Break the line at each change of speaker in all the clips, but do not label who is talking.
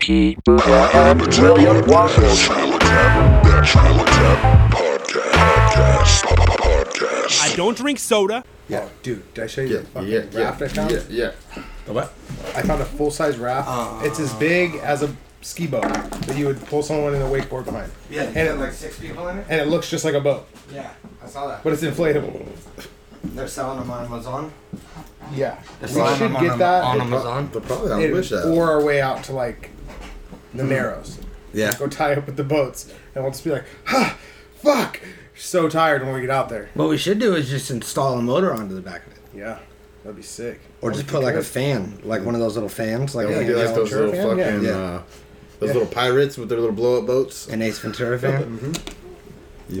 P. Buddha and William Waffles.
I don't drink soda.
Yeah, Oh, dude, did I show you
Yeah,
the fucking
yeah, yeah,
raft I found?
yeah, yeah.
The what?
I found a full size raft.
Ah.
it's as big as a ski boat that you would pull someone in a wakeboard behind.
Yeah, you
And-
had like six people in it?
And it looks just like a boat,
Yeah, I saw that.
but it's inflatable.
They're selling them on Amazon.
Yeah. We
selling
should
them on
get
Am-
that
on
and-
Amazon.
But probably I
and
wish that. Hmm.
Or our way out to like the narrows.
yeah.
Go tie up with the boats. And we'll just be like, ha, fuck. So tired when we get out there.
What we should do is just install a motor onto the back of it,
Yeah. That'd be sick.
or just put like a fan, like one of those little fans, like,
Yeah,
a
we do like
Ace
those
Ventura
little
fan?
fucking
Yeah.
uh, those little pirates with their little blow up boats.
an Ace Ventura fan.
You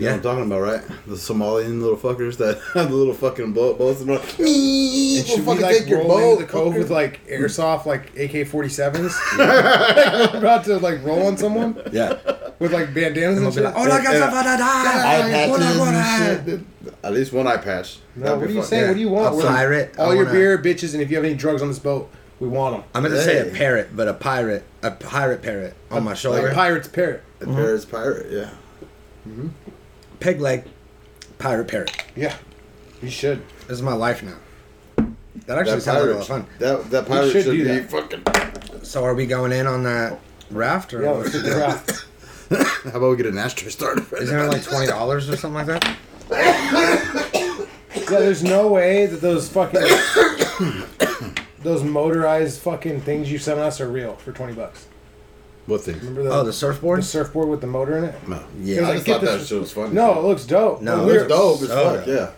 Yeah.
know what I'm talking about, right? The Somalian little fuckers that have the little fucking blow up boats and they're like, "Eee,
And
we'll
should we
fucking
like
take your
roll
boat,
into the cove
fucker."
with like airsoft, like AK 47s? like, we're about to like roll on someone
Yeah.
with like bandanas and shit.
Oh la casa va da
Eye
da.
patches
Ora, ora.
and shit, dude. At least one eye patch.
No,
That'd
what
be
are you
fun.
saying?
Yeah.
What do you want?
A
We're like,
pirate.
All
I
your
wanna-
beer, bitches, and if you have any drugs on this boat, we want them.
I'm gonna say a
Hey.
parrot, but a pirate, a pirate parrot on my
Like
shoulder.
pirate's parrot.
A Paris pirate, yeah.
Peg leg, pirate parrot.
Yeah, you should.
This is my life now. That actually
That
sounds like a
pirate,
lot of fun.
that, that pirate
should
should,
do
be
that.
fucking.
So are we going in on that raft or
Yeah,
what?
let's hit the raft.
How about we get an ashtray started? Right
isn't it like twenty dollars or something like that?
Yeah, there's no way that those fucking those motorized fucking things you sent us are real for twenty bucks.
What thing?
Remember the,
Oh, the surfboard.
the surfboard with the motor in it?
No.
Yeah.
It was
I
like,
just
get
thought that
this-
shit was funny.
No, it looks dope.
No,
But
it
we
was
were-
Oh, dope as
soda.
fuck, yeah.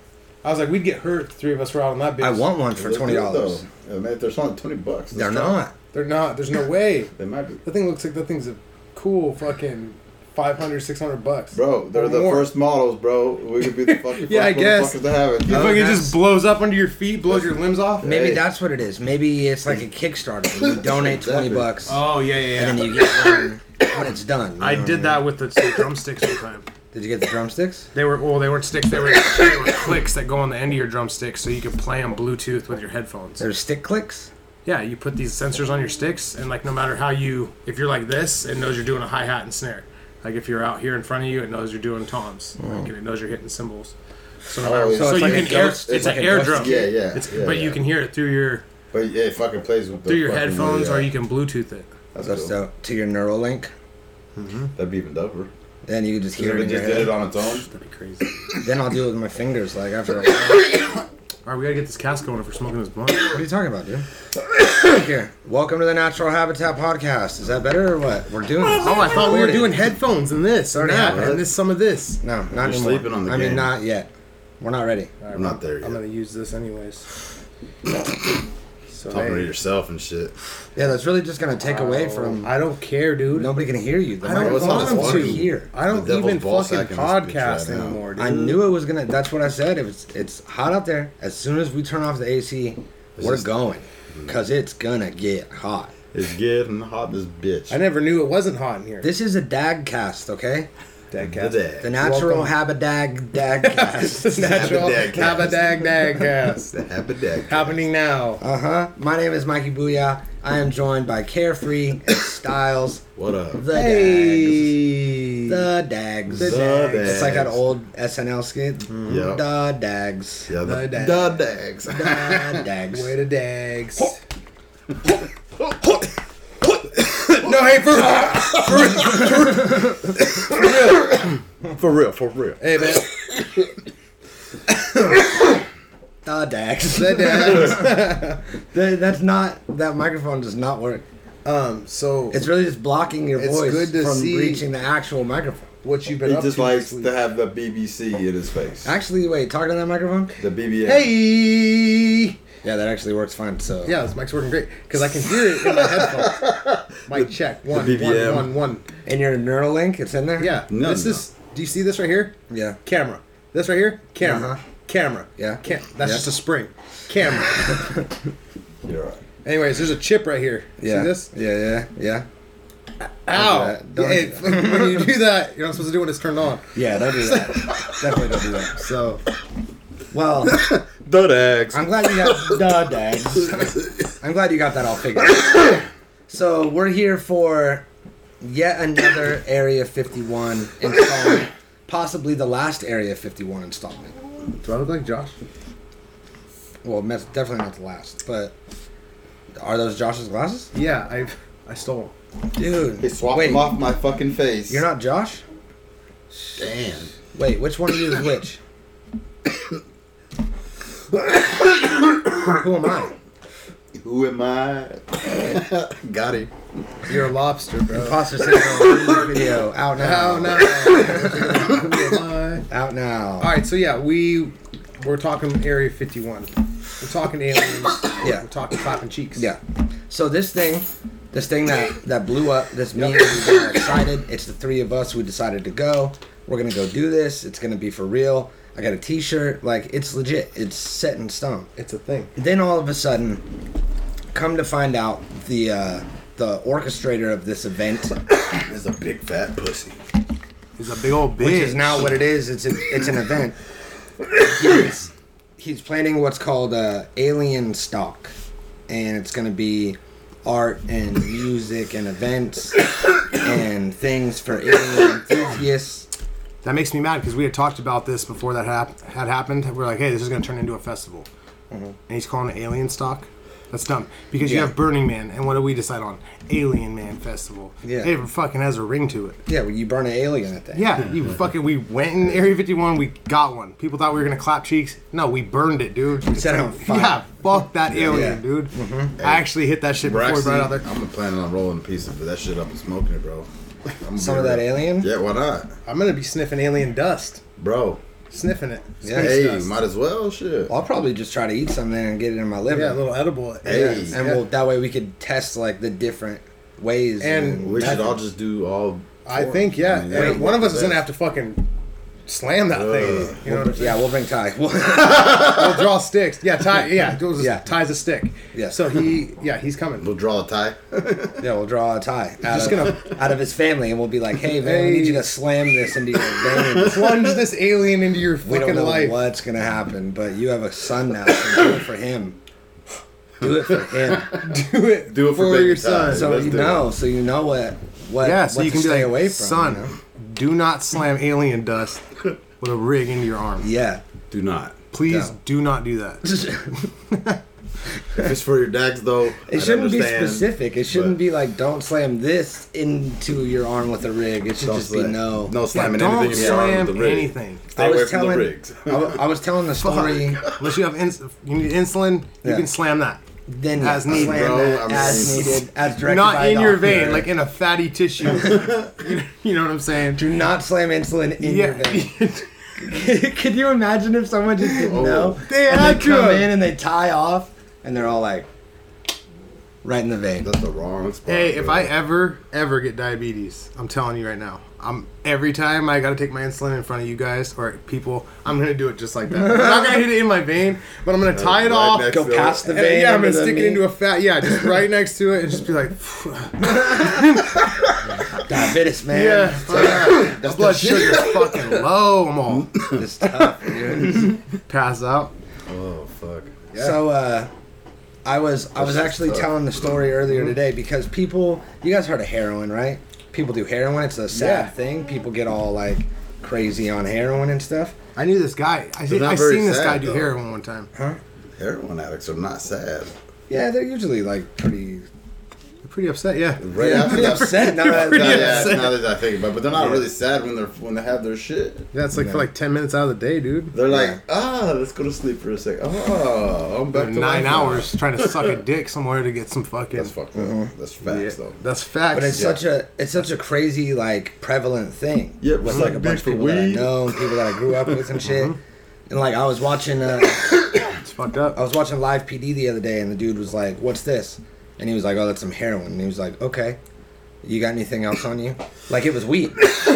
I was like, we'd get hurt. if Three of us were out on that bitch.
I want one for
They're
twenty
good,
dollars.
though. Yeah, man, if they're selling twenty bucks,
They're
that's fine.
not.
They're not. There's no way.
They might be,
That thing looks like that thing's a cool fucking 500, 600 bucks.
bro. They're
Or
the
more.
first models, bro. We could be the fucking
Yeah, I
first
guess.
motherfuckers to have it.
You
dude.
fucking
that's-
just blows up under your feet, blows your limbs off.
Maybe
Hey.
that's what it is. Maybe it's like a Kickstarter. You donate twenty
Exactly.
bucks,
Oh yeah, yeah.
and
yeah.
then you get one when it's done. you
I
know what
did
mean?
that with the some drumsticks one time.
Did you get the drumsticks?
They were well, they weren't sticks. They were, they were clicks that go on the end of your drumstick, so you could play them Bluetooth with your headphones.
There's stick clicks.
Yeah, you put these sensors on your sticks, and like no matter how you, if you're like this, it knows you're doing a hi hat and snare. Like if you're out here in front of you, it knows you're doing toms.
Oh.
Like, and it knows you're hitting cymbals. So, no matter-
it's
so,
like
you
a
can air, it's,
ghost- it's
an
like a
air
ghost-
drum.
yeah, yeah,
It's,
yeah,
but
yeah.
you can hear it through your
But yeah, it fucking plays with the
through your
fucking-
headphones,
yeah.
or you can Bluetooth it.
That's
That's
cool.
the- to your Neuralink.
That'd be even doper.
Then you can just
If
hear it.
it
in
just
your
did it
head.
on its own,
That'd be crazy.
Then I'll do it with my fingers, like after. I-
All right, we gotta get this cast going if we're smoking this blunt.
what are you talking about, dude? Here, welcome to the Natural Habitat Podcast. Is that better or what? We're doing. This.
Oh, I thought we were
Recording.
doing headphones and this and
Already
that
have
and this some of this.
No, not anymore.
sleeping on the
I mean,
game.
not yet. We're not ready.
I'm not there
I'm
yet.
gonna use this anyways. So
Talking to
hey,
yourself and shit.
Yeah, that's really just gonna take away from.
I don't care, dude.
Nobody can hear you. The
I don't
it's not
microphone's
want
as
already
them to.
funny.
Here.
I don't
The devil's
even
ball
fucking
sack in this bitch
podcast
right now.
anymore, dude.
I knew it was gonna. That's what I said. It was. It's hot out there. As soon as we turn off the AC, we're
just-
going,
Mm-hmm.
cause it's gonna get hot.
It's getting hot as bitch.
I never knew it wasn't hot in here.
This is a dag cast, okay?
Dead cat.
Today.
The natural
Welcome.
habidag dag cast.
Natural
Habidag cast.
habadag dag gas.
The happy day.
Happening now.
uh huh. My name is Mikey Booyah. I am joined by Carefree and Styles.
What up?
The dags.
Hey.
The dags.
The dags.
It's like that old SNL skit. The dags.
yeah, the,
the dag.
the dags.
The dags.
Way to dags. no, hey, for
for real, for real.
Hey, man.
The dags.
The dags.
Th- That's not. That microphone does not work.
Um, so,
It's really just blocking your
It's
voice
good to
from
see-
reaching the actual microphone.
what you been
He
up
just
to
likes
this week?
to have the BBC in his face.
Actually, wait. Talking to that microphone.
The BBA.
Hey.
Yeah, that actually works fine. So
Yeah, this mic's working great because I can hear it in my headphones. Mic check. One, one,
BBM.
one, one.
And your Neuralink, it's in there.
Yeah.
No,
this
no.
is. Do you see this right here?
Yeah.
Camera. This right here? Camera.
Uh-huh.
Camera.
Yeah.
Cam- that's
Yeah.
just a spring. Camera.
You're right.
Anyways, there's a chip right here.
Yeah.
See this?
Yeah, yeah, yeah.
Ow!
Don't do that. Don't
Hey, when you do that, you're not supposed to do it when it's turned on.
Yeah, don't do that. Definitely don't do that.
So
Well,
The dags.
I'm glad you got the dags. I'm glad you got that all figured. out. So we're here for yet another Area 51 installment, possibly the last Area 51 installment.
Do I look like Josh?
Well, that's definitely not the last, but are those Josh's glasses?
Yeah, I I stole.
Dude,
They swapped
wait,
them off my fucking face.
you're not Josh?
Damn.
Wait, which one of you is which? Who am I?
Who am I?
Got him.
You're a lobster, bro. Imposter syndrome music video out now.
Oh no. Who am I?
Out now.
All right, so yeah, we we're talking Area 51. We're talking aliens.
Yeah.
we're talking clapping cheeks.
Yeah. So this thing, this thing that that blew up, this me and we were excited. It's the three of us. We decided to go. We're gonna go do this. It's gonna be for real. I got a T-shirt. Like it's legit. It's set in stone.
it's a thing.
Then all of a sudden, come to find out, the uh, the orchestrator of this event,
There's a big fat pussy.
He's a big old bitch.
which is now what it is. It's a, it's an event. He's, he's planning what's called uh, alien stock, and it's going to be art and music and events and things for alien enthusiasts.
That makes me mad because we had talked about this before that hap- had happened. We are like, hey, this is going to turn into a festival. And he's calling it Alien Stock. That's dumb. Because you
Mm-hmm. Yeah.
have Burning Man, and what do we decide on? Alien Man Festival.
Yeah.
It fucking has a ring to it.
Yeah, well, you burn an alien at that.
Yeah, you fucking, we went in Area 51, we got one. People thought we were going to clap cheeks. No, we burned it, dude.
set it on fire.
Yeah, fuck that alien,
Yeah. Mm-hmm.
dude. I actually hit that shit
We're
before we
actually,
brought it out there.
I'm planning on rolling a piece of that shit up and smoking it, bro. I'm
Some of
gonna-
that alien?
Yeah, why not,
I'm gonna be sniffing alien dust,
bro?
sniffing it.
Yeah.
hey,
dust.
might as well, shit.
I'll probably just try to eat something and get it in my liver.
Yeah, a little edible.
Hey.
Yeah.
and we'll, that way we could test like the different ways.
And
We should
Nothing.
all just do all.
I think yeah.
I mean,
and
yeah.
one of us is gonna have to fucking slam that thing. You know what I'm saying?
yeah, we'll bring Ty. We'll-
We'll draw sticks. Yeah, tie. Yeah, it was-
Yeah.
ties a stick.
Yeah.
So he yeah he's coming.
We'll draw a tie.
Yeah, we'll draw a tie out,
Just
of, out of his family, and we'll be like, "Hey, man, we need you to slam this into your veins.
Plunge this alien into your
We don't
fucking
know
life.
what's gonna happen, but you have a son now, so do it for him. Do it for him,
Do it.
Do it for, baby
your
Ty.
son.
so
Let's
you
do
know, so you know what, what,
Yeah, so
what
you
to
can be
stay
like,
away from,
son,
you know?
do not slam alien dust with a rig into your arm.
Yeah,
It. Do not.
Please
No.
do not do that.
If it's for your dags, though,
it
I'd
shouldn't be
understand.
specific. It shouldn't
but-
be like, don't slam this into your arm with a rig. It should
Don't
just
slam-
be no.
No slamming
don't
anything. in your arm
slam
with the rig.
anything.
Stay
I
away
was
from
telling,
the rigs.
I, wa- I was telling the story.
Unless you have ins- you need insulin, you
Yeah.
can slam that.
Then
As
slam
needed,
bro.
that
I'm
as
saying.
needed, as directed by
Not
a
in your
doctor.
vein, like in a fatty tissue. you, you know what I'm saying?
Do not slam insulin in your vein. Can you imagine if someone just didn't know?
Oh. They
and
had
they come
to.
in and they tie off, and they're all like, right in the vein.
That's the wrong spot.
Hey, if
bro.
I ever ever get diabetes, I'm telling you right now, I'm every time I got to take my insulin in front of you guys or people, I'm gonna do it just like that. I'm not gonna hit it in my vein, but I'm gonna tie it
right
off.
next
Go
to it.
past the
and-
vein.
yeah, I'm
under
gonna
the
stick it
knee.
into a fat. Yeah, just right next to it, and just be like,
diabetes, man.
yeah,
Yeah.
fuck that. blood sugar's fucking low. I'm all
It's tough, dude.
pass out.
Oh fuck.
So, uh, I was I was actually telling the story earlier
Mm-hmm.
today because people, you guys heard of heroin, right? People do heroin. It's a sad
Yeah.
thing. People get all like crazy on heroin and stuff.
I knew this guy. I, see,
not
I
very
seen this
sad,
guy do
though.
heroin one time.
Heroin addicts are not sad.
Yeah, they're usually like pretty
Pretty upset. Yeah.
Right after
pretty
that.
upset. Now that,
Now,
yeah.
yeah, now that I think about it, but they're not really sad when they're when they have their shit.
Yeah, it's like for like ten minutes out of the day, dude.
They're like, ah, let's go to sleep for a sec. Oh, I'm back to life
Nine
now."
hours trying to suck a dick somewhere to get some fucking.
That's fucked up. That's facts
Yeah,
though.
That's facts.
But it's such a it's such a crazy like prevalent thing.
Yeah,
with
it's
like
like
a bunch of
big for
people that I
weed.
know, and people that I grew up with and shit. And like I was watching uh,
It's fucked up.
I was watching live PD the other day, and the dude was like, "What's this?" And he was like, "Oh, that's some heroin." And he was like, "Okay, you got anything else on you?" Like it was weed.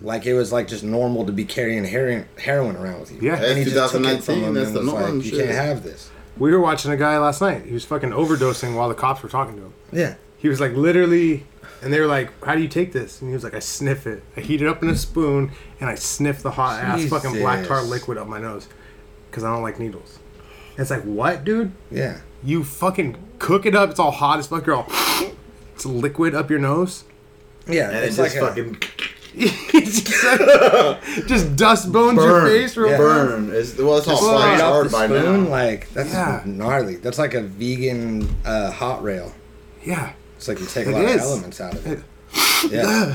like it was like just normal to be carrying heroin heroin around with you.
Yeah.
and he just
That's
took it from
2019,
him
that's
and
the
was like,
norm,
"You
shit."
can't have this."
We were watching a guy last night. He was fucking overdosing while the cops were talking to him.
Yeah.
He was like literally, and they were like, "How do you take this?" And he was like, "I sniff it. I heat it up in a spoon, and I sniff the hot ass fucking black tar
Jesus.
liquid up my nose, because I don't like needles." And it's like, what, dude?
Yeah.
You fucking cook it up. It's all hot as fuck. You're all. It's liquid up your nose.
Yeah,
And it
it's
just
like a,
fucking
It's just, just dust bones your
burn.
face real
Yeah.
burn. It's, well, it's not
Just
flying
right off
hard
the
by
spoon.
now.
Like that's
Yeah.
gnarly. That's like a vegan uh, hot rail.
Yeah.
It's like you take a
It
lot
is.
of elements out of it. Yeah,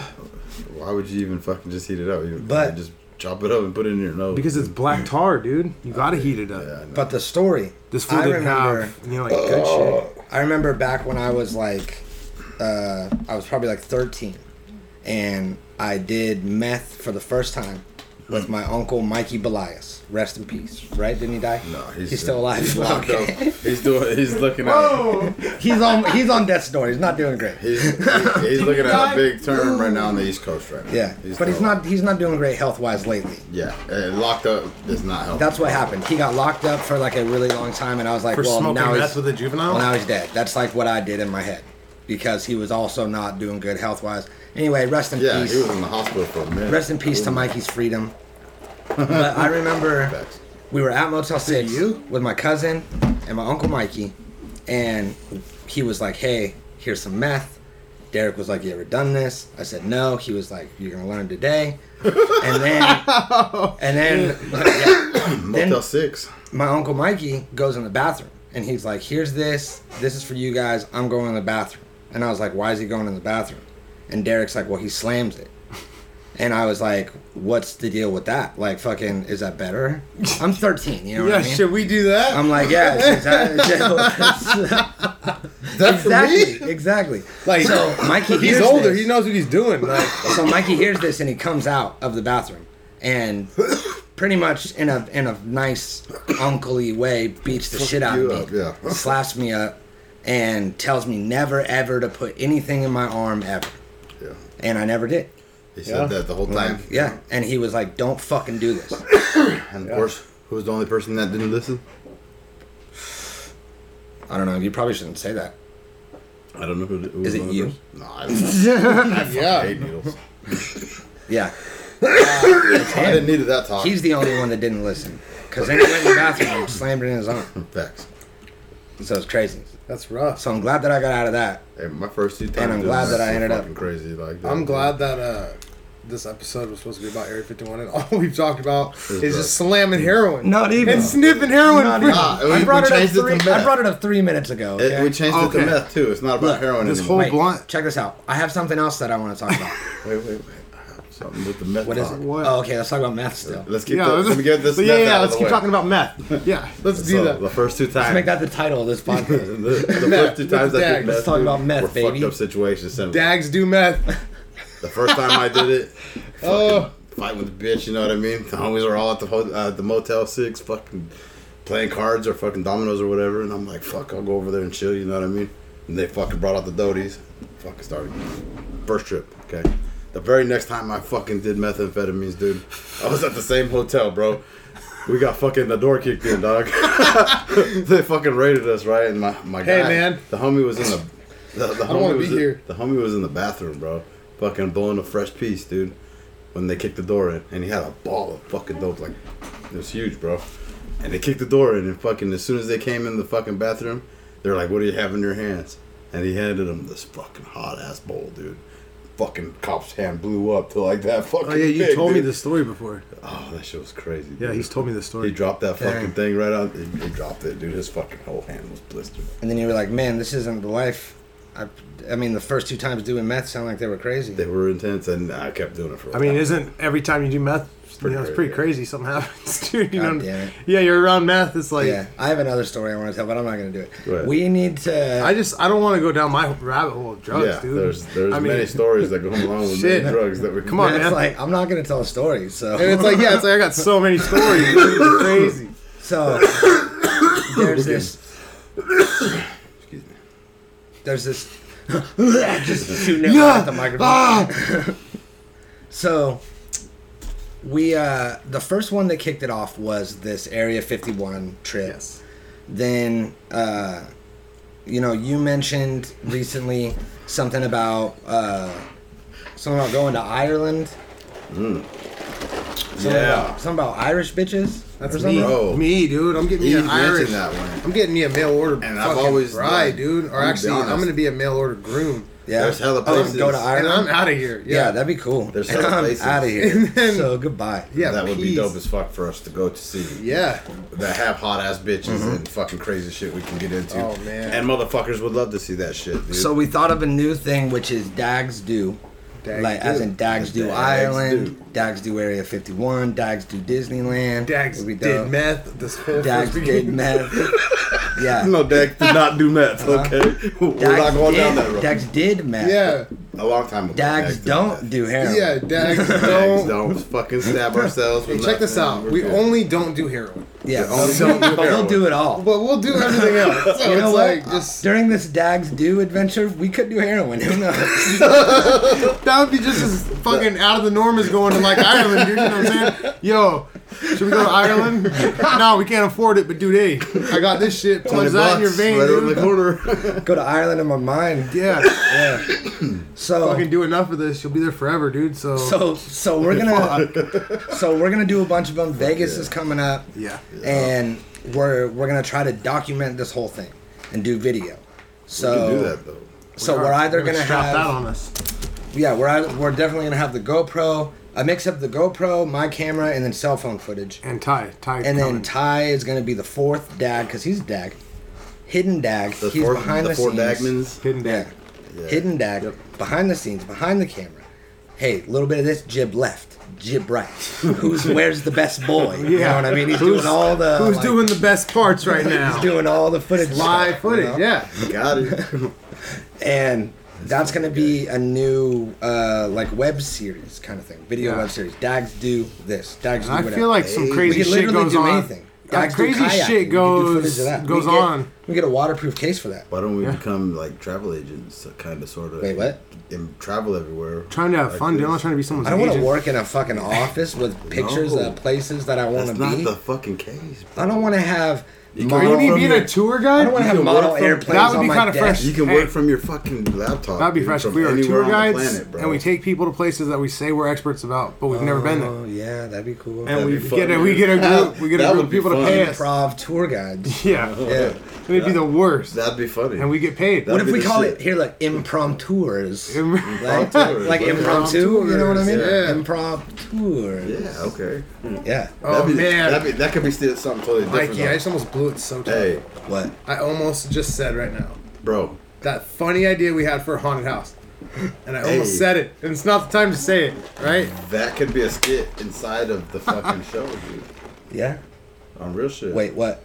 Why would you even fucking just heat it up? You
But-
just chop it up and put it in your nose.
Because it's black tar, dude. You gotta heat it up.
yeah,
but the story.
This fool
I
didn't
remember. Oh.
have, you know, like good shit.
I remember back when I was like, uh, I was probably like 13, and I did meth for the first time with my uncle Mikey Belias. Rest in peace. Right? Didn't he die?
No,
he's,
he's
still alive.
Fuck no.
Okay.
He's doing. He's looking at.
he's on. He's on death's door. He's not doing great.
He's, he- he's looking at a big term right now on the East Coast right now.
Yeah, but he's
still-
not. He's not doing great health wise lately.
Yeah, eh, locked up does not help.
That's what happened. He got locked up for like a really long time, and I was like,
For
well,
smoking
now he's,
meth with a juvenile?
well, now he's dead. That's like what I did in my head because he was also not doing good health wise. Anyway, rest in
yeah,
peace.
he was in the hospital for a minute.
Rest in peace to Mikey's freedom. But I remember
Facts.
we were at Motel 6 with my cousin and my uncle Mikey, and he was like, hey, here's some meth. Derek was like, you ever done this? I said, no. He was like, you're going to learn today. And then, and then, yeah. Then-
Motel Six.
my uncle Mikey goes in the bathroom and he's like, "Here's this. This is for you guys. I'm going in the bathroom." And I was like, "Why is he going in the bathroom?" And Derek's like, "Well, he slams it." And I was like, "What's the deal with that? Like, fucking, is that better?" I'm 13, you know what I mean?
we do that?
I'm like, yeah, is that- is that-
That's
exactly, exactly. Like, so Mikey hears
He's older.
this.
He knows what he's doing. Like,
So Mikey hears this and he comes out of the bathroom and pretty much in a in a nice uncle-y way beats the shit out
you
of me,
up, yeah.
slaps me up, and tells me never ever to put anything in my arm ever.
Yeah.
And I never did.
He said that the whole time.
Yeah. And he was like, "Don't fucking do this."
And of course, who was the only person that didn't listen?
I don't know. You probably shouldn't say that.
I don't know who. who was
Is it
the only
you?
person. No, I don't know. I fucking hate needles.
Yeah.
I didn't need it that talk.
He's the only one that didn't listen because then he went in the bathroom and slammed it in his arm.
Facts.
So it's crazy.
that's rough.
So I'm glad that I got out of that.
Hey, my first two times.
I'm
doing
glad
that
that I
was
ended up-
fucking crazy like that.
I'm glad that uh, this episode was supposed to be about Area 51, and all we've talked about is
drugs.
just slamming heroin.
Not even.
And sniffing heroin.
Not
for-
even.
Nah, Ah, we-
I brought
we
it up
changed Mm. it to
three. I
meth.
brought it up three minutes ago.
It-
okay?
we changed it
Okay.
to meth too. It's not about
Look,
heroin
this
anymore.
whole blunt.
Check this out. I have something else that I want to talk about.
Wait, wait, wait. I have Something with the meth.
What is it?
talk.
What?
Oh, okay. Let's talk about math still.
Let's get.
Yeah,
the,
let's,
let me get this.
yeah,
meth
yeah,
out of
let's
the
keep
way.
talking about meth. Yeah, let's do
So,
that.
the first two times.
Let's make that the title of this
the,
podcast.
the first two times I
Dag.
did meth.
Let's talk
dude,
about meth,
were
baby.
Fucked up situations. similar.
Dags do meth.
The first time I did it, oh, fight with the bitch. You know what I mean? The homies are all at the ho- uh, the Motel Six, fucking playing cards or fucking dominoes or whatever. And I'm like, fuck, I'll go over there and chill. You know what I mean? And they fucking brought out the doties. Fucking started. First trip, okay. The very next time I fucking did methamphetamines, dude, I was at the same hotel, bro. We got fucking the door kicked in, dog. they fucking raided us, right? And my my
Hey,
guy,
man.
the homie was in the the, the
don't wanna
homie was
be
in-
here.
The homie was in the bathroom, bro. Fucking blowing a fresh piece, dude. When they kicked the door in, and he had a ball of fucking dope, like it was huge, bro. And they kicked the door in, and fucking as soon as they came in the fucking bathroom, they're like, "What do you have in your hands?" And he handed him this fucking hot ass bowl, dude. Fucking cop's hand blew up to like that fucking.
Oh yeah, you
big,
told me
dude.
this story before.
Oh, that shit was crazy.
Yeah,
dude.
he's told me this story.
He dropped that
Dang.
fucking thing right out. He, he dropped it, dude. His fucking whole hand was blistered.
and then you were like, "Man, this isn't the life." I, I mean, the first two times doing meth sound like they were crazy.
They were intense, and I kept doing it for. a
I mean,
while.
isn't every time you do meth, you
pretty
know, it's
crazy,
pretty
yeah.
crazy. Something happens, dude. You
God
know,
damn it.
yeah, you're around meth. It's like
yeah, I have another story I want to tell, but I'm not going to do it.
Go ahead.
We need to.
I just I don't want to go down my rabbit hole of drugs,
yeah,
dude.
there's there's
I mean,
many stories that go along with many
Shit.
drugs that we
Come on,
And
man.
it's like I'm not going to tell a story. So
And it's like yeah, it's like I got so many stories. dude. It's crazy.
So there's this. There's this. just shooting it right at the microphone. so we uh the first one that kicked it off was this Area 51 trip. Then uh you know you mentioned recently something about uh something about going to Ireland. Something
Yeah.
about, something about Irish bitches.
That's
or something.
me.
Bro.
Me, dude. I'm getting
He
me an
mentioned
Irish.
that one.
I'm getting me a mail order.
And
And
I've
I've
always,
bride,
like,
dude. Or
I'm
actually,
honest.
I'm gonna be a mail order groom.
Yeah.
There's hella
Oh,
places.
go to
And
Ireland.
I'm out of here.
yeah.
Yeah.
that'd be cool.
There's
and
hella
I'm
places.
out of here.
And then-
so goodbye.
yeah.
that would be
peace.
dope as fuck for us to go to see.
Yeah. Mm-hmm.
That have hot ass bitches and fucking crazy shit we can get into.
Oh, man.
And motherfuckers would love to see that shit, dude.
So we thought of a new thing, which is Dags Do.
Dags
like as
Do.
in Dags Do
Dags
Ireland, Dags Do Area 51, Dags Do Disneyland.
Dags
It'd be
did
dope.
meth. This whole
Dags
first
did
week.
meth. Yeah.
no, Dak did not do meth,
Uh-huh.
okay? We're
Dags
not going down
did,
that road.
Dags did meth.
Yeah.
a long time ago.
Dags
did
don't
meth.
do heroin.
Yeah. Dags
Dags
don't.
don't fucking stab ourselves.
Hey,
with
check this
nothing.
out.
We're
We
good.
only don't do heroin,
Yeah.
only
so
don't do
we'll
heroin.
do it all.
but we'll do everything else. So
you know
it's
what?
like just
During this Dags Do adventure, we could do heroin. Who knows?
that would be just as fucking out of the norm as going to like Ireland, dude. You know what I'm saying? Yo, should we go to Ireland? no, we can't afford it. But dude, hey, I got this shit. Plug
20
that in your
bucks
vein,
right around
dude.
the corner.
Go to Ireland in my mind.
Yeah,
Yeah. So
fucking do enough of this. You'll be there forever, dude. So,
So so we're gonna so we're gonna do a bunch of them. Vegas is coming up,
yeah,
and we're we're gonna try to document this whole thing and do video.
You
So
can do that though.
so we're either
We're
gonna
strap that
have
on us.
yeah we're ei- we're definitely gonna have the GoPro a mix of the GoPro, my camera, and then cell phone footage.
And Ty, Ty,
And
coming.
then Ty is gonna be the fourth dag because he's dag, hidden dag.
The
he's
four,
behind the,
the four
scenes.
Dagmans.
hidden
Yeah.
deck.
Hidden dag behind the scenes, behind the camera. Hey, a little bit of this jib left, jib right. Who's where's the best boy? You know what I mean? He's
Who's-
doing all the
Who's
like,
doing the best parts right now?
he's doing all the footage.
live
stuff,
footage.
you know?
Yeah,
Got it.
And that's gonna be a new uh like web series kind of thing. Video
Yeah.
web series. Dags do this. Dags do
I
whatever.
feel like some crazy
we could
shit
literally
goes
do
on.
anything.
Uh,
Dags do
crazy
kayaking. We
shit
could do
goes
footage of that. We
goes
get-
on.
We get a waterproof case for that.
Why don't we become like travel agents, kind of, sort of?
Wait, what?
And travel everywhere.
Trying to have
Like
fun, dude. I'm not
this.
trying to be someone's
I don't want to
agent.
work in a fucking office with pictures of places that I want to
That's
be.
not the fucking case. bro.
I don't want to have.
Are Oh, you
Model,
need to be
from
a tour guide?
I don't want to
you
have
can
model
work from-
airplanes.
That would
on
be
my
kinda
desk.
fresh.
You can
Hey.
work from your fucking laptop.
That'd be
dude,
fresh if
from
we were
anywhere
tour
on the
guides
planet, bro.
and we take people to places that we say we're experts about, but we've never been
Oh
there.
yeah, that'd be cool.
And we
be
get a
fun,
we
dude.
get a group we get a
That
group
would
of
be
people to
fun.
pay us.
improv tour guides.
Yeah,
Yeah.
it'd be the worst.
That'd be funny.
And we get paid.
What
That'd
if we
be the
call
shit.
it here like imprompteurs?
Im-
Like,
Imprompteurs,
like
yeah.
impromptu, you know what I mean?
Yeah.
Impromptu.
Yeah. Okay.
Yeah.
oh
That'd be-
man,
that'd be- that could be still something totally different.
Mikey, I
though.
just almost blew it so tough.
hey,
What?
I almost just said right now
bro.
that funny idea we had for a haunted house, and I almost
Hey.
said it. And it's not the time to say it, right?
That could be a skit inside of the fucking show, dude.
Yeah.
On real shit.
Wait, what?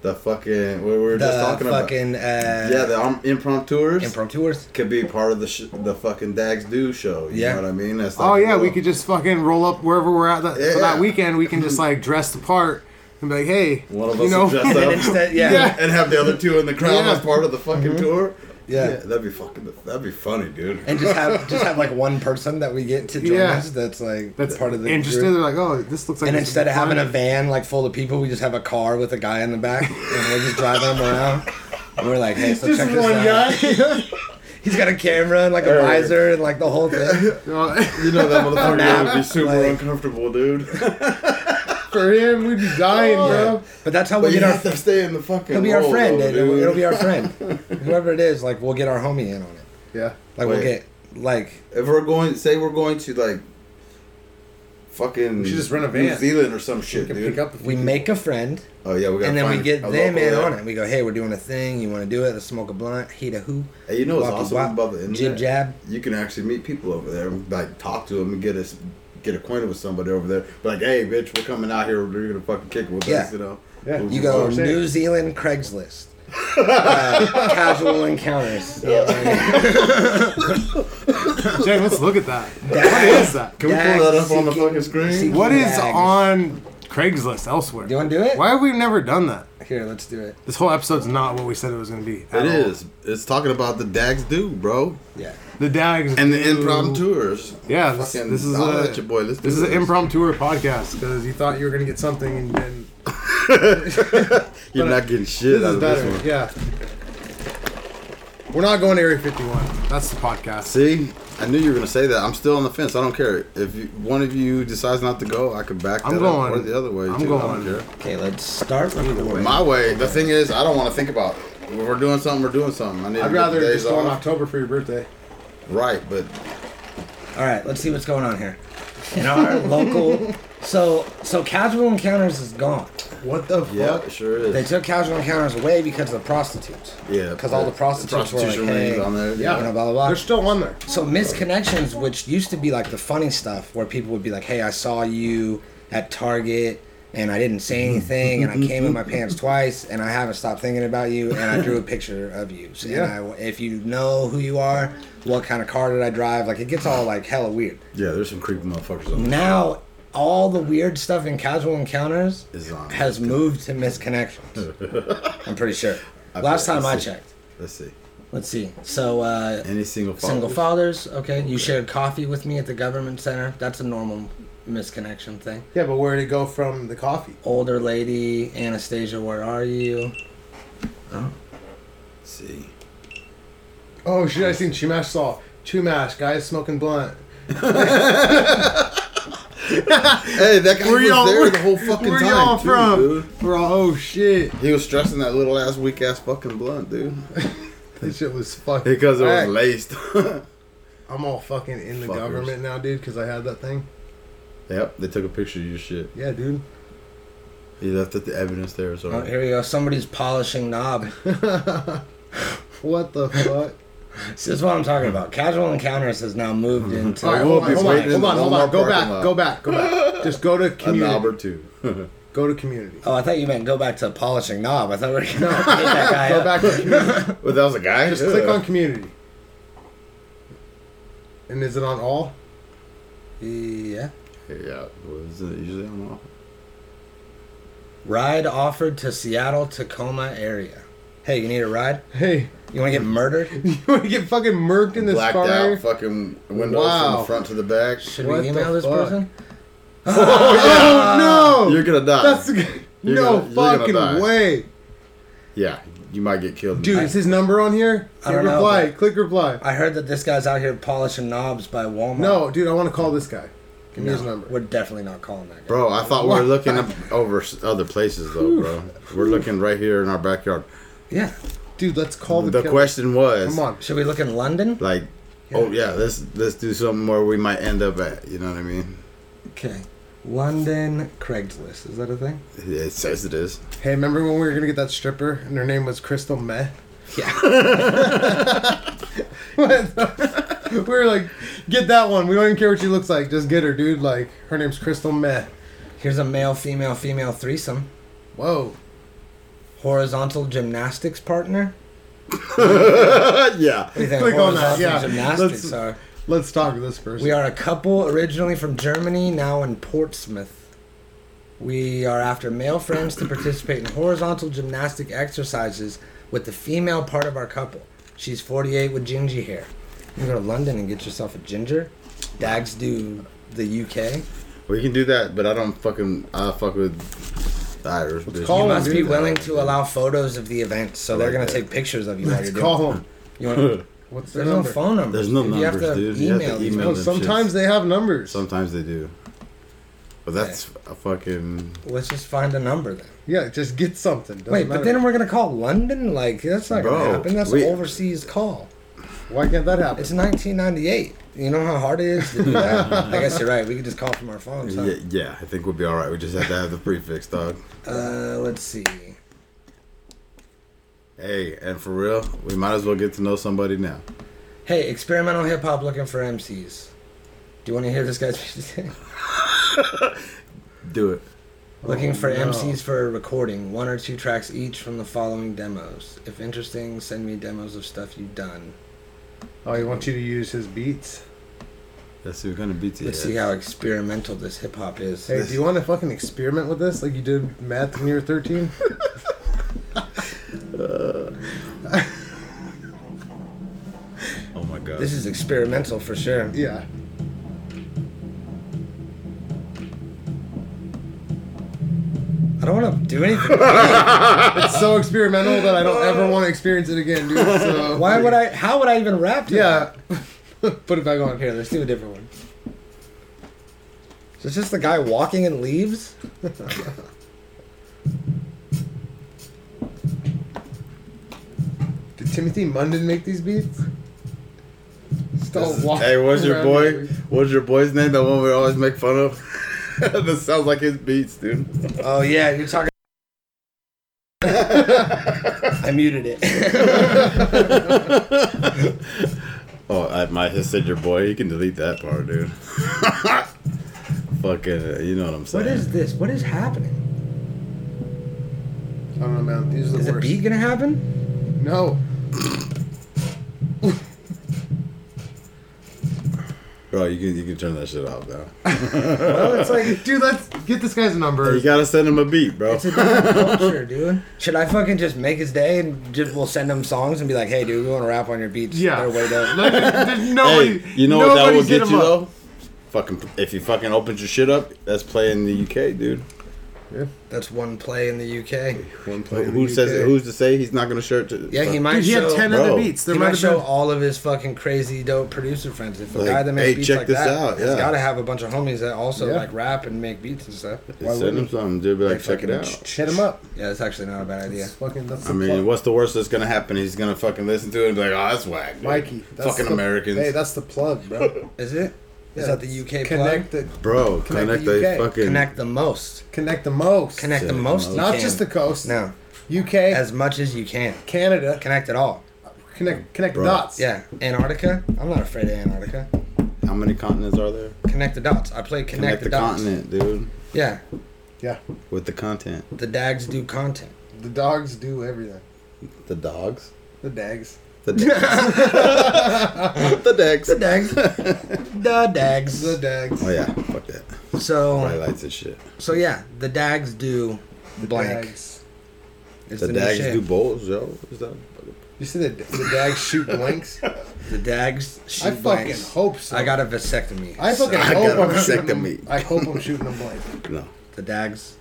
The fucking we were just
The
talking
fucking uh,
about. Yeah, the um, impromptus
impromptuers.
could be part of the sh- the fucking Dags Do show. You
Yeah.
know what I mean? That's
Oh
like,
yeah, we
well,
could just fucking roll up wherever we're at that, for that
Yeah.
weekend. We can just like dress the part and be like, hey,
One of
you
us
know,
will dress up.
And instead, yeah,
Yeah.
and have the other two in the crowd
Yeah.
as part of the fucking tour.
Yeah.
that'd be fucking. That'd be funny, dude.
and just have just have like one person that we get to join
Yeah.
us. That's like
that's
part of the
interested.
group.
They're like, oh, this looks like.
And
this
instead
would
of
be
having a
fun.
van like full of people, we just have a car with a guy in the back, and we're just driving him around. And we're like, hey, so check this out. He's got a camera and like a visor and like the whole thing.
you know that motherfucker would be super
Like-
uncomfortable, dude.
for him, we'd be dying, bro.
But that's how
But
we
you
get our.
have to stay in the fucking.
He'll be our
role,
friend.
though,
It, will
dude.
it'll be our friend. Whoever it is, like we'll get our homie in on it.
Yeah,
Like we'll
Wait.
get like
If we're going, say we're going to like fucking
should just rent a
New
van.
Zealand or some shit, dude.
pick up. The
we make a friend
oh yeah, we got.
and then we get them in on it. We go, hey, we're doing a thing. You want to do it? Let's smoke a blunt, heat a hoop,
Hey, you know what's
Wop a
awesome
wop,
about the internet?
jib jab.
You can actually meet people over there, and, like talk to them and get us get acquainted with somebody over there. Be like, hey, bitch, we're coming out here. You're gonna fucking kick it with
Yeah.
us, you know.
Yeah.
You go
Oh,
I'm saying.
New Zealand Craigslist. Uh, casual encounters. You know what I mean?
Jay, let's look at that. What
Dags.
is that?
Can we pull that up on the
Seeking-
fucking screen?
seeking
What is
dags.
on Craigslist elsewhere?
You want to do it?
Why have we never done that?
Here, let's do it.
This whole episode's not what we said it was going to be. at
It
all.
is. It's talking about the Dags do, bro,
Yeah.
the Dags
and the impromptus.
Yeah, this,
Fucking,
this is
I'll
a
let your boy. Let's
this
do
is an impromptu podcast because you thought you were gonna get something and then
You're not getting shit out of this one.
Yeah, we're not going to Area 51. That's the podcast.
See, I knew you were gonna say that. I'm still on the fence. I don't care if you, one of you decides not to go. I could back that
I'm
up
going
or the other way.
I'm
too. I don't
going.
care.
Okay, let's start with the way.
My way. The thing is, I don't want to think about. It. When we're doing something, we're doing something. I need. to
I'd
get the
rather
days
just go in
off.
October for your birthday.
Right, but
All right, let's see what's going on here. In our local, so so casual encounters is gone.
what the
Yeah,
fuck? it sure is.
They took casual encounters away because of the prostitutes.
Yeah,
because all the
the
prostitutes were like,
prostitution rings
hey,
on there.
yeah, you know, blah blah blah.
They're still on there.
So misconnections, which used to be like the funny stuff, where people would be like, "Hey, I saw you at Target." And I didn't say anything, and I came in my pants twice, and I haven't stopped thinking about you, and I drew a picture of you. So,
Yeah.
and I, if you know who you are, what kind of car did I drive? Like, it gets all like hella weird.
yeah, there's some creepy motherfuckers on there.
Now, all the weird stuff in casual encounters
Is on.
has moved to misconnections. I'm pretty sure. Last
bet,
time I
let's see.
checked.
Let's see.
Let's see. So, uh,
Any single father?
single fathers. Okay, you shared coffee with me at the government center. That's a normal misconnection thing.
Yeah, but where'd it go from the coffee?
Older lady, Anastasia, where are you?
Let's see.
Oh shit! I seen Chumash saw Chumash guys smoking blunt.
Hey, that guy
Where
was
y'all-
there
where-
the whole fucking
where
time.
y'all
too,
from?
dude.
Bro, oh shit.
He was stressing that little ass weak ass fucking blunt, dude.
That shit was fucking.
Because it was
Alright.
laced.
I'm all fucking in the
Fuckers.
government now, dude, because I had that thing.
yep, they took a picture of your shit.
Yeah, dude.
He left it the evidence there, so
Oh, here we go. Somebody's polishing knob.
What the fuck?
this is what I'm talking about. Casual encounters has now
Oh,
moved into.
All right,
will
hold on,
be
hold on,
waiting
hold on,
in the
hold on.
Walmart
Go
parking
back,
lot.
go back, go back. Just go to
a
community.
knob or two.
Go to community.
Oh, I thought you meant go back to polishing knob. I thought we were gonna hit that guy
Go
up.
back to community.
but that was a guy.
Just
Yeah.
click on community. And is it on all?
Yeah.
Yeah, was it usually on off?
Ride offered to Seattle, Tacoma area. Hey, you need a ride?
Hey,
You want to get murdered?
you want to get fucking murked in this
Blacked
car?
out fucking windows from
Wow.
the front to the back.
Should
What
we
the
email this
fuck?
person?
Oh
You're gonna die.
no! That's the-
You're
no
gonna- you're gonna die.
fucking way,
yeah, you might get killed.
dude. Is his number on here?
I
Hit
don't know,
reply. Click reply.
I heard that this guy's out here polishing knobs by Walmart.
No, dude, I want to call this guy. Give me his
No,
number.
We're definitely not calling that guy.
Bro, I thought we were looking up over s- other places though, bro. We're looking right here in our backyard.
Yeah.
Dude, let's call the,
The
killer.
question was,
Come on.
Should we look in London?
like, oh yeah, let's let's do something where we might end up at. You know what I mean?
Okay. London Craigslist. Is that a thing?
It says it is.
Hey, remember when we were gonna get that stripper and her name was Crystal Meth?
Yeah.
What the- we were like, get that one. We don't even care what she looks like. Just get her, dude. Like, her name's Crystal Meth.
Here's a male female female threesome.
Whoa.
Horizontal gymnastics partner?
yeah.
What do you think
Click on that,
horizontal
yeah.
gymnastics
Let's-
are?
Let's talk to this person.
We are a couple originally from Germany, now in Portsmouth. We are after male friends to participate in horizontal gymnastic exercises with the female part of our couple. She's 48 with gingy hair. You can go to London and get yourself a ginger. Dags do the UK.
We can do that, but I don't fucking I fuck with the Irish. bitch.
call
You
Oh,
must be
dude.
willing to allow photos of the event, so they're
like
gonna
that.
take pictures of you while
Let's
you're
call
doing.
him.
it. You want-
What's their
There's no
number?
phone number.
There's no
You have
numbers,
to
dude. You have to
email. these
email
No,
them
sometimes
shits.
they have numbers.
Sometimes they do. But that's a fucking.
people. Let's just find a number then.
Yeah, just get something. Doesn't
Wait, but
matter.
then we're gonna call London? Like that's not
Bro,
gonna happen. That's
we-
an overseas call.
why can't that happen?
It's 1998. You know how hard it is to do that. I guess you're right. We could just call from our phones. Huh?
Yeah, yeah, I think we'll be all right. We just have to have the prefix, dog.
Uh, let's see.
Hey, and for real, we might as well get to know somebody now.
Hey, experimental hip hop looking for MCs. Do you want to hear this guy's music?
Do it. Oh,
looking for MCs for a recording, one or two tracks each from the following demos. If interesting, send me demos of stuff you've done.
Oh, he wants you to use his beats.
Let's see, we're gonna beat
Let's see how experimental this hip hop is.
Hey, do you want to fucking experiment with this like you did math when you were 13?
Oh my god.
This is experimental for sure.
yeah.
I don't want to do anything.
It's so experimental that I don't ever want to experience it again, dude. So
Why would I? How would I even rap to that?
Yeah. Put it back on.
Here, let's do a different one. So it's just the guy walking in leaves?
Did Timothy Munden make these beats?
Start walking
Hey, what's your
around
boy?
everywhere.
What's your boy's name? That one we always make fun of. this sounds like his beats, dude.
Oh yeah, you're talking. I muted it.
Oh, I might have said your boy. You can delete that part, dude. Fucking, you know what I'm saying?
What is this? What is happening?
I don't know, man. These are the
Is a
worst.
beat gonna happen?
No.
Bro, you can you can turn that shit off now.
Well, it's like
Dude, let's get this guy's number.
You gotta send him a beat, bro.
it's a different culture, dude. Should I fucking just make his day and just we'll send him songs and be like, hey, dude, we want to rap on your beats.
Yeah.
They're way dope.
Like, there's- there's nobody-
hey, you know what that
nobody
will get
him
you
up.
though? Fucking, if you fucking opens your shit up, that's play in the UK, dude.
That's one play in the UK.
One play. Who says
UK.
who's to say he's not gonna share it? To,
Yeah, he might
Dude, he
show.
had ten
Bro.
other beats. There
he
might
might
have
show
been.
all of his fucking crazy dope producer friends. If a
Like,
guy that makes
hey,
beats
check
like
this
that,
out,
he's
yeah.
got to have a bunch of homies that also
Yeah.
like rap and make beats and stuff.
Just Send him something, dude. Be like, check it out.
Hit him up.
Yeah, that's actually not a bad idea.
It's fucking, that's the
I mean,
plug.
what's the worst that's gonna happen? He's gonna fucking listen to it and be like, "Oh, that's whack." dude."
Mikey, that's
fucking
the-
Americans,
Hey, that's the plug, bro.
Is it? Is
Yeah,
that the UK
connect
plug?
the
bro.
connect
Connect,
the
the
UK.
fucking
Connect the most.
connect the most.
Connect the
Yeah,
most.
most.
you
not
can.
just the coast.
no,
UK,
as much as you can.
Canada,
Connect it all.
connect connect the
Bro.
dots.
Yeah, Antarctica. I'm not afraid of Antarctica.
How many continents are there?
Connect the dots. I play connect,
Connect,
the,
the
dots.
continent, dude,
Yeah,
yeah.
with the content.
the dags do content.
The dogs do everything.
The dogs.
The dags.
The dogs. the dogs.
The dags. the dags.
The dags.
Oh yeah, fuck that.
So
Highlights and shit.
so yeah, the dags do blank.
Dags.
It's
The,
the new
dags
shit.
do bowls, yo. Is that?
You see the the dags shoot blanks?
The dags. Shoot
I fucking
blanks.
hope so.
I got a vasectomy.
I
so
fucking
I
hope
got a
I'm shooting them-
vasectomy.
I hope I'm shooting them blank.
No.
the dags.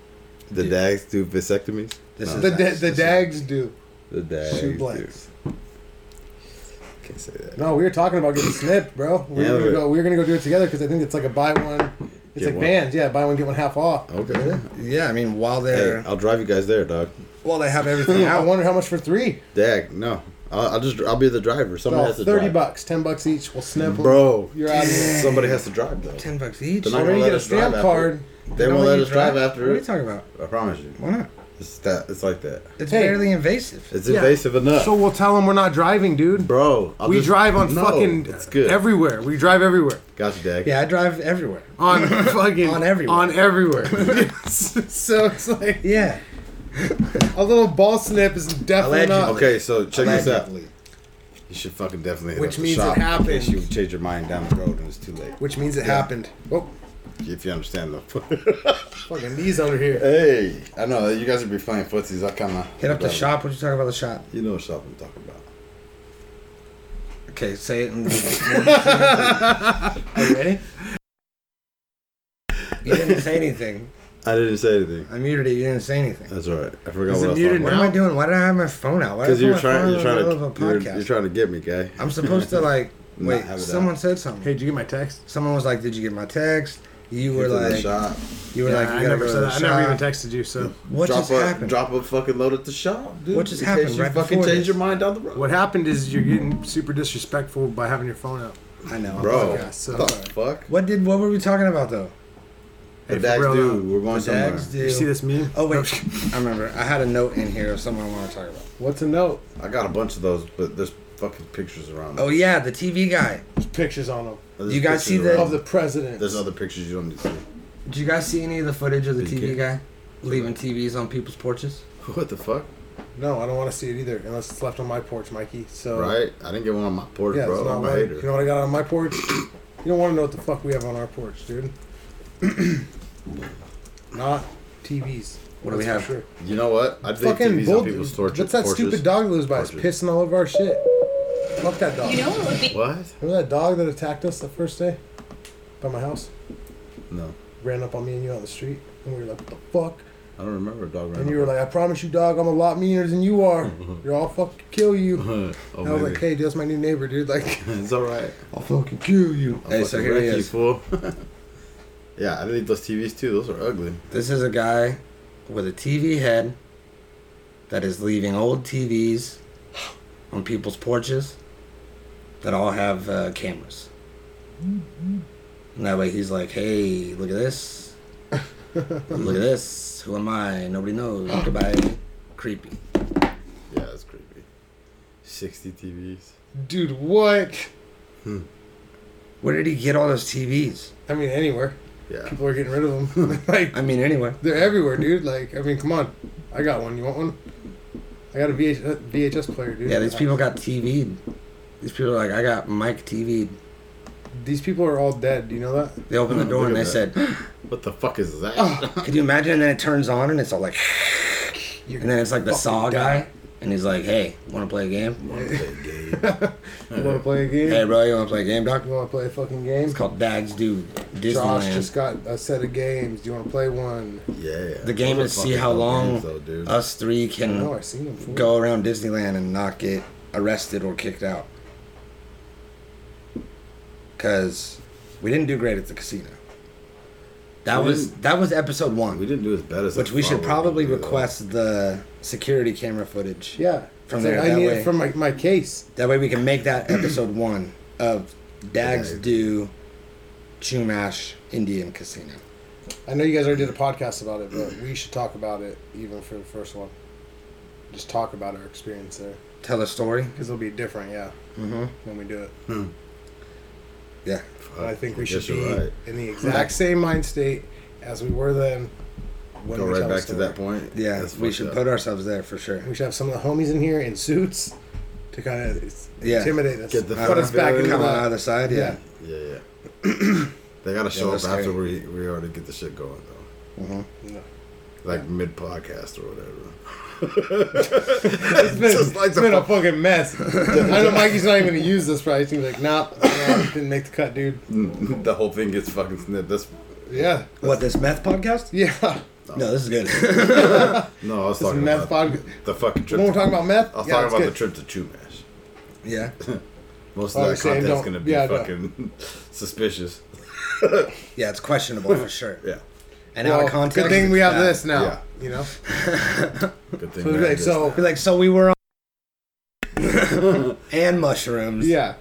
The
Dude.
dags do vasectomies.
This
No.
is
The da-
dags.
the dags do
The dags
shoot
do.
blanks.
Can't say that.
No, we were talking about getting snipped, bro. We
Yeah,
were gonna
but-
go. We were gonna go do it together because I think it's like a buy one. It's
Get
like
one.
bands, yeah. Buy one get one half off.
Okay.
Yeah, I mean while
Hey,
they're
I'll drive you guys there, dog.
while they have everything
I
out.
wonder how much for three.
Dag, no. I'll, I'll just I'll be the driver. Somebody
No,
has to
thirty
drive.
bucks, ten bucks each. We'll snip 'em.
bro.
You're out of here.
Somebody has to drive though.
Ten bucks each.
They're
Or
not
you
gonna let
get a
us drive
stamp
after.
card.
They won't let us drive
What
after
are you
it.
talking about?
I promise you.
Why not?
It's that. It's like that.
It's
Hey.
barely invasive.
It's invasive enough,
So we'll tell them we're not driving, dude.
bro. I'll
We
just-
drive on
No,
fucking
It's good.
everywhere. We drive everywhere.
Got you, Dag.
Yeah, I drive everywhere.
On fucking
On everywhere.
On everywhere.
so it's like
Yeah.
a little ball snip is definitely
Allegedly.
not.
Okay, so check this out.
Allegedly.
You should fucking definitely hit
Which
up the
means it
shop in case
happened.
You change your mind down the road and it's too late.
Which means it happened. Oh,
If you understand the.
fucking knees under here.
hey, I know you guys would be playing footsies. I kind of
Hit up the shop. What you talking about the shop?
You know what shop I'm talking about.
Okay, say it. And
Are you ready?
you didn't say anything.
I didn't say anything.
I muted it. You didn't say anything.
That's all right. I forgot
Is
what
it
I was
muted
talking
What
now?
about.
am I doing? Why did I have my phone out? Why did I
Because
have
you're
my
trying,
phone in
you're
the
trying
middle of
to,
a
you're,
podcast?
you're trying to get me, guy.
I'm supposed to like.
Not
Wait,
have it
someone
out.
said something.
hey, did you get my text?
Someone was like, "Did you get my text?" You were
Get to the
like,
shop.
"You were like,
Nah,
you
I
gotta
never
go to
said
the
that. I never even
shop."
texted you. So
What
drop
just
a,
happened?
Drop a fucking load at the shop, dude.
What just
in
happened
Case you
right
fucking
before
change
this?
your mind down the road.
what happened is you're getting super disrespectful by having your phone out.
I know,
Bro,
Podcast, so-
what the fuck?
What did? What were we talking about though?
Hey,
The
for
Dags
real,
do.
though.
We're going somewhere.
Dags
You see
do.
this meme?
Oh wait, I remember. I had a note in here of something I want to talk about.
What's a note?
I got a bunch of those, but there's fucking pictures around.
Oh yeah, the TV guy.
There's pictures on them
There's
you guys
pictures
see the-
around.
of the president.
There's other pictures you don't need to see.
Did you guys see any of the footage of the
Did you
TV
get-
guy leaving TVs on people's porches?
What the fuck?
No, I don't want to see it either, unless it's left on my porch, Mikey. So
Right? I didn't get one on my porch,
yeah, it's
bro.
not
I'm a
right.
hater.
You know what I got on my porch? You don't want to know what the fuck we have on our porch, dude. not TVs.
What do we
That's for
have?
Sure.
You know what? I'd leave
Fucking
TVs
bull.
on people's torch-
What's that
porches.
stupid dog that lives by us,
Porches.
pissing all over our shit? Fuck that dog.
You know what would be
What?
Remember that dog that attacked us the first day by my house?
No.
Ran up on me and you on the street, and we were like, "What the fuck?"
I don't remember a dog
And you were like, "I promise you, dog, I'm a lot meaner than you are. You're all fucking kill you."
oh,
And I was like, "Hey, dude, that's my new neighbor, dude. Like,
it's all right.
I'll fucking kill you."
I'll
Hey, so
fucking
here he
wreck you,
is.
fool. yeah, I need those TVs too. Those are ugly.
This is a guy with a TV head that is leaving old TVs on people's porches that all have uh, cameras. And that way he's like, hey, look at this. look at this. Who am I? Nobody knows. Goodbye. Creepy.
Yeah, that's creepy. 60 TVs.
Dude, what?
Where did he get all those TVs?
I mean, anywhere.
Yeah.
People are getting rid of them. like,
I mean, anyway.
they're everywhere, dude. Like, I mean, come on. I got one. You want one? I got a VH- uh, VHS player, dude.
Yeah, these people got TV'd. These people are like, I got Mike TV'd.
These people are all dead. Do you know that?
They opened the door and they said,
What the fuck is that?
Could you imagine? And then it turns on and it's all like, and then it's like the Saw guy, and he's like, "Hey, want to play a game?
You want to play a game?
Hey, bro, you want to play a game, doc?
You want to play a fucking game?
It's called Dad's Dude
Josh
Disneyland.
just got a set of games. Do you want to play one?
yeah.
the game
Those
is
are
see
fucking
how
dope
long
games, though, dude.
Us three can
No, I seen them. fool.
go around Disneyland and not get arrested or kicked out. Cause we didn't do great at the casino. That
We
was
didn't-
that was episode one,
we didn't do as bad as
which
I
we
thought
should
were
probably
gonna do, though.
request the security camera footage.
Yeah.
From
It's
there,
like, I
that
need
way.
it from my, my case.
That way we can make that episode one of Dags
Dag.
Do Chumash Indian Casino.
I know you guys already did a podcast about it, but we should talk about it even for the first one. Just talk about our experience there.
Tell a story.
Because it'll be different, yeah,
Mm-hmm.
when we do it.
Yeah.
Fuck,
But I think we
guess
should be
Uh, you're right.
in the exact same mind state as we were then. When
Go
we
right
tell the
back to
story.
that point.
Yeah.
That's
we
fucked
should
up.
put ourselves there for sure.
We should have some of the homies in here in suits to kind of
Yeah.
intimidate us.
Get the
put us
fuck
back
out.
into
Come on
that.
either side.
Yeah.
Yeah.
Yeah, yeah. they gotta show up
that's
after
scary.
we we already get the shit going though, Mm-hmm.
No.
like mid podcast or whatever.
It's been,
Just like
it's
the
been a
fu-
fucking mess. I know Mikey's not even gonna use this. Probably he's gonna be like, nah, nah, didn't make the cut, dude.
the whole thing gets fucking snipped. That's
Yeah,
What this meth podcast?
yeah.
No, this is good.
no, I was
This
talking
meth
about
podcast.
the fucking trip.
When we're
to-
talking about meth,
I was
yeah,
talking
it's
about
good.
the trip to Chumash.
yeah.
Most
Oh,
of
you're
that
saying
content's
don't-
gonna be
yeah, no.
fucking suspicious.
Yeah. It's questionable for sure.
Yeah,
And out
Well,
of context.
good thing we have this now.
Yeah.
You know.
good thing.
So,
we
like,
had this.
so
Be like, so we were on. and mushrooms.
yeah,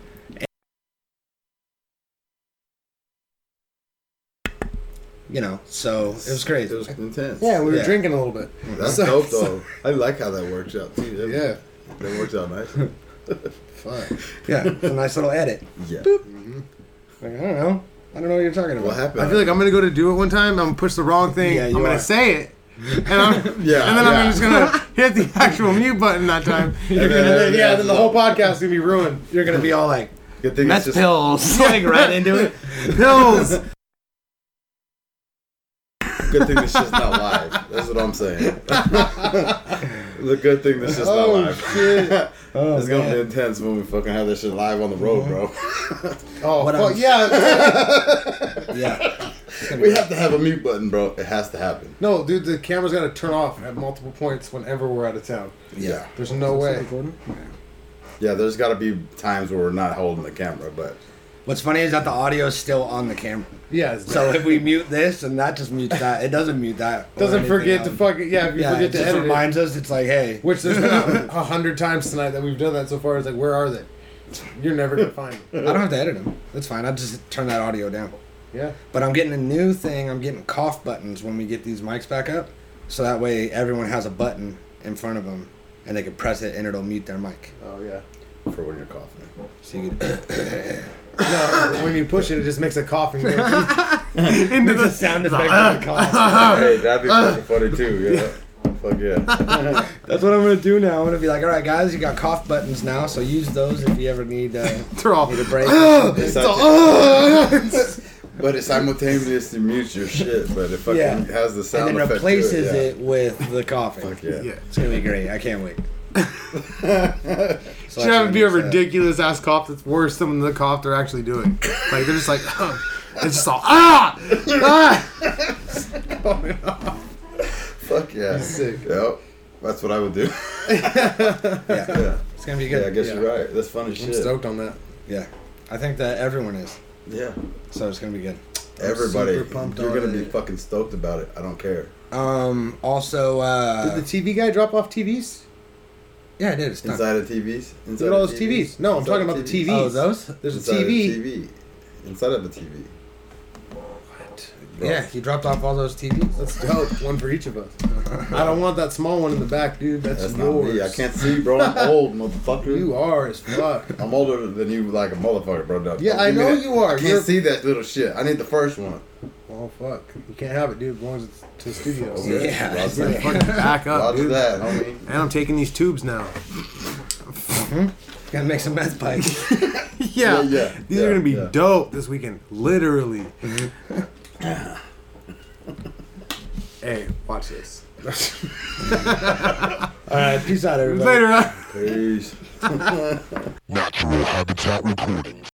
You know, so it was crazy.
it was intense.
yeah, we were
Yeah.
drinking a little bit.
that's
So-
dope
so-
though. I like how that works out too. That-
Yeah.
that works out nicely.
Fuck.
yeah. It's a nice little edit.
Yeah.
Like, I don't know. I don't know what you're talking about.
What happened?
I feel like I'm gonna go to do it one time. I'm gonna push the wrong thing.
Yeah,
I'm
you
gonna
are.
say it, and, I'm,
Yeah,
and then
yeah.
I'm just gonna hit the actual mute button that time. You're
And
gonna-
then-
then- yeah, then the whole podcast is gonna be ruined.
You're gonna be all like
good thing it's just
pills, like right into it.
Pills.
Good thing this shit's not live. That's what I'm saying. the good thing this shit's
Oh,
not live.
Oh,
it's gonna be intense when we fucking have this shit live on the road, bro.
Mm-hmm.
Oh,
What
fuck,
I'm-
yeah.
Yeah,
we have to have a mute button, bro. It has to happen.
No, dude, the camera's gotta turn off at multiple points whenever we're out of town.
Yeah.
There's no way.
Yeah, there's gotta be times where we're not holding the camera, but
What's funny is that the audio is still on the camera.
Yeah, it's
So if we mute this and that just mutes that, it doesn't mute that. or
doesn't
anything
forget to
else.
fucking yeah. If you
Yeah,
forget
it
to
just
edit, it,
reminds us. It's like, hey,
which there's been a, a hundred times tonight that we've done that so far. It's like, where are they? You're never gonna find
I
them.
don't have to edit them. That's fine. I just turn that audio down.
Yeah.
But I'm getting a new thing. I'm getting cough buttons when we get these mics back up, so that way everyone has a button in front of them, and they can press it and it'll mute their mic.
Oh yeah.
for when you're coughing.
So you can
No, when you push it, it just makes a coughing noise.
into the sound effect. of the cough.
hey, that'd be
Uh-huh.
fucking funny too, yeah. Fuck yeah.
Oh, That's what I'm gonna do now. I'm gonna be like, all right, guys, you got cough buttons now, so use those if you ever need. Uh,
They're all
Need a break. yeah,
It's but it simultaneously mutes your shit, but it fucking
Yeah.
has the sound
and then
effect. to it,
replaces
yeah.
it, with the coughing.
Fuck yeah.
Yeah.
It's gonna be great. I can't wait. so
Should have it be a ridiculous ass cough that's worse than the cough they're actually doing. Like they're just like, it's just all ah, ah.
Fuck yeah.
Sick.
Yep. That's what I would do.
Yeah. It's gonna be good.
Yeah, I guess you're right. That's funny shit.
on that.
Yeah. I think that everyone is.
Yeah.
So it's gonna be good.
Everybody,
super pumped
you're gonna be
already.
fucking stoked about it. I don't care.
Um. Also, uh,
Did the TV guy drop off TVs?
Yeah, I did. It's done.
Inside of TVs? Inside
Look at all
of
those TVs. No, I'm
Inside
talking
of
about the
TVs.
TVs.
Oh, those?
There's a
Inside of
TV.
TV. Inside of a TV.
Yeah, he dropped off all those TVs.
That's dope. One for each of us. I don't want that small one in the back, dude. That's,
That's not
yours.
me. I can't see, bro. I'm old, motherfucker.
You are as fuck.
I'm older than you, like a motherfucker, bro. Now,
Yeah,
give
I
me
know
that.
you are.
I can't
You're-
see that little shit. I need the first one.
oh fuck. You can't have it, dude. It belongs to the studio.
Okay.
Yeah.
Roger
Yeah,
that.
fucking back up,
Roger
dude.
that, homie.
And I'm taking these tubes now.
Gotta make some meth pipes.
yeah.
Yeah, yeah,
These
yeah,
are gonna be
yeah.
dope this weekend. Literally. hey, watch this.
all right, peace out, everybody.
Later.
Peace.
Natural Habitat Recordings.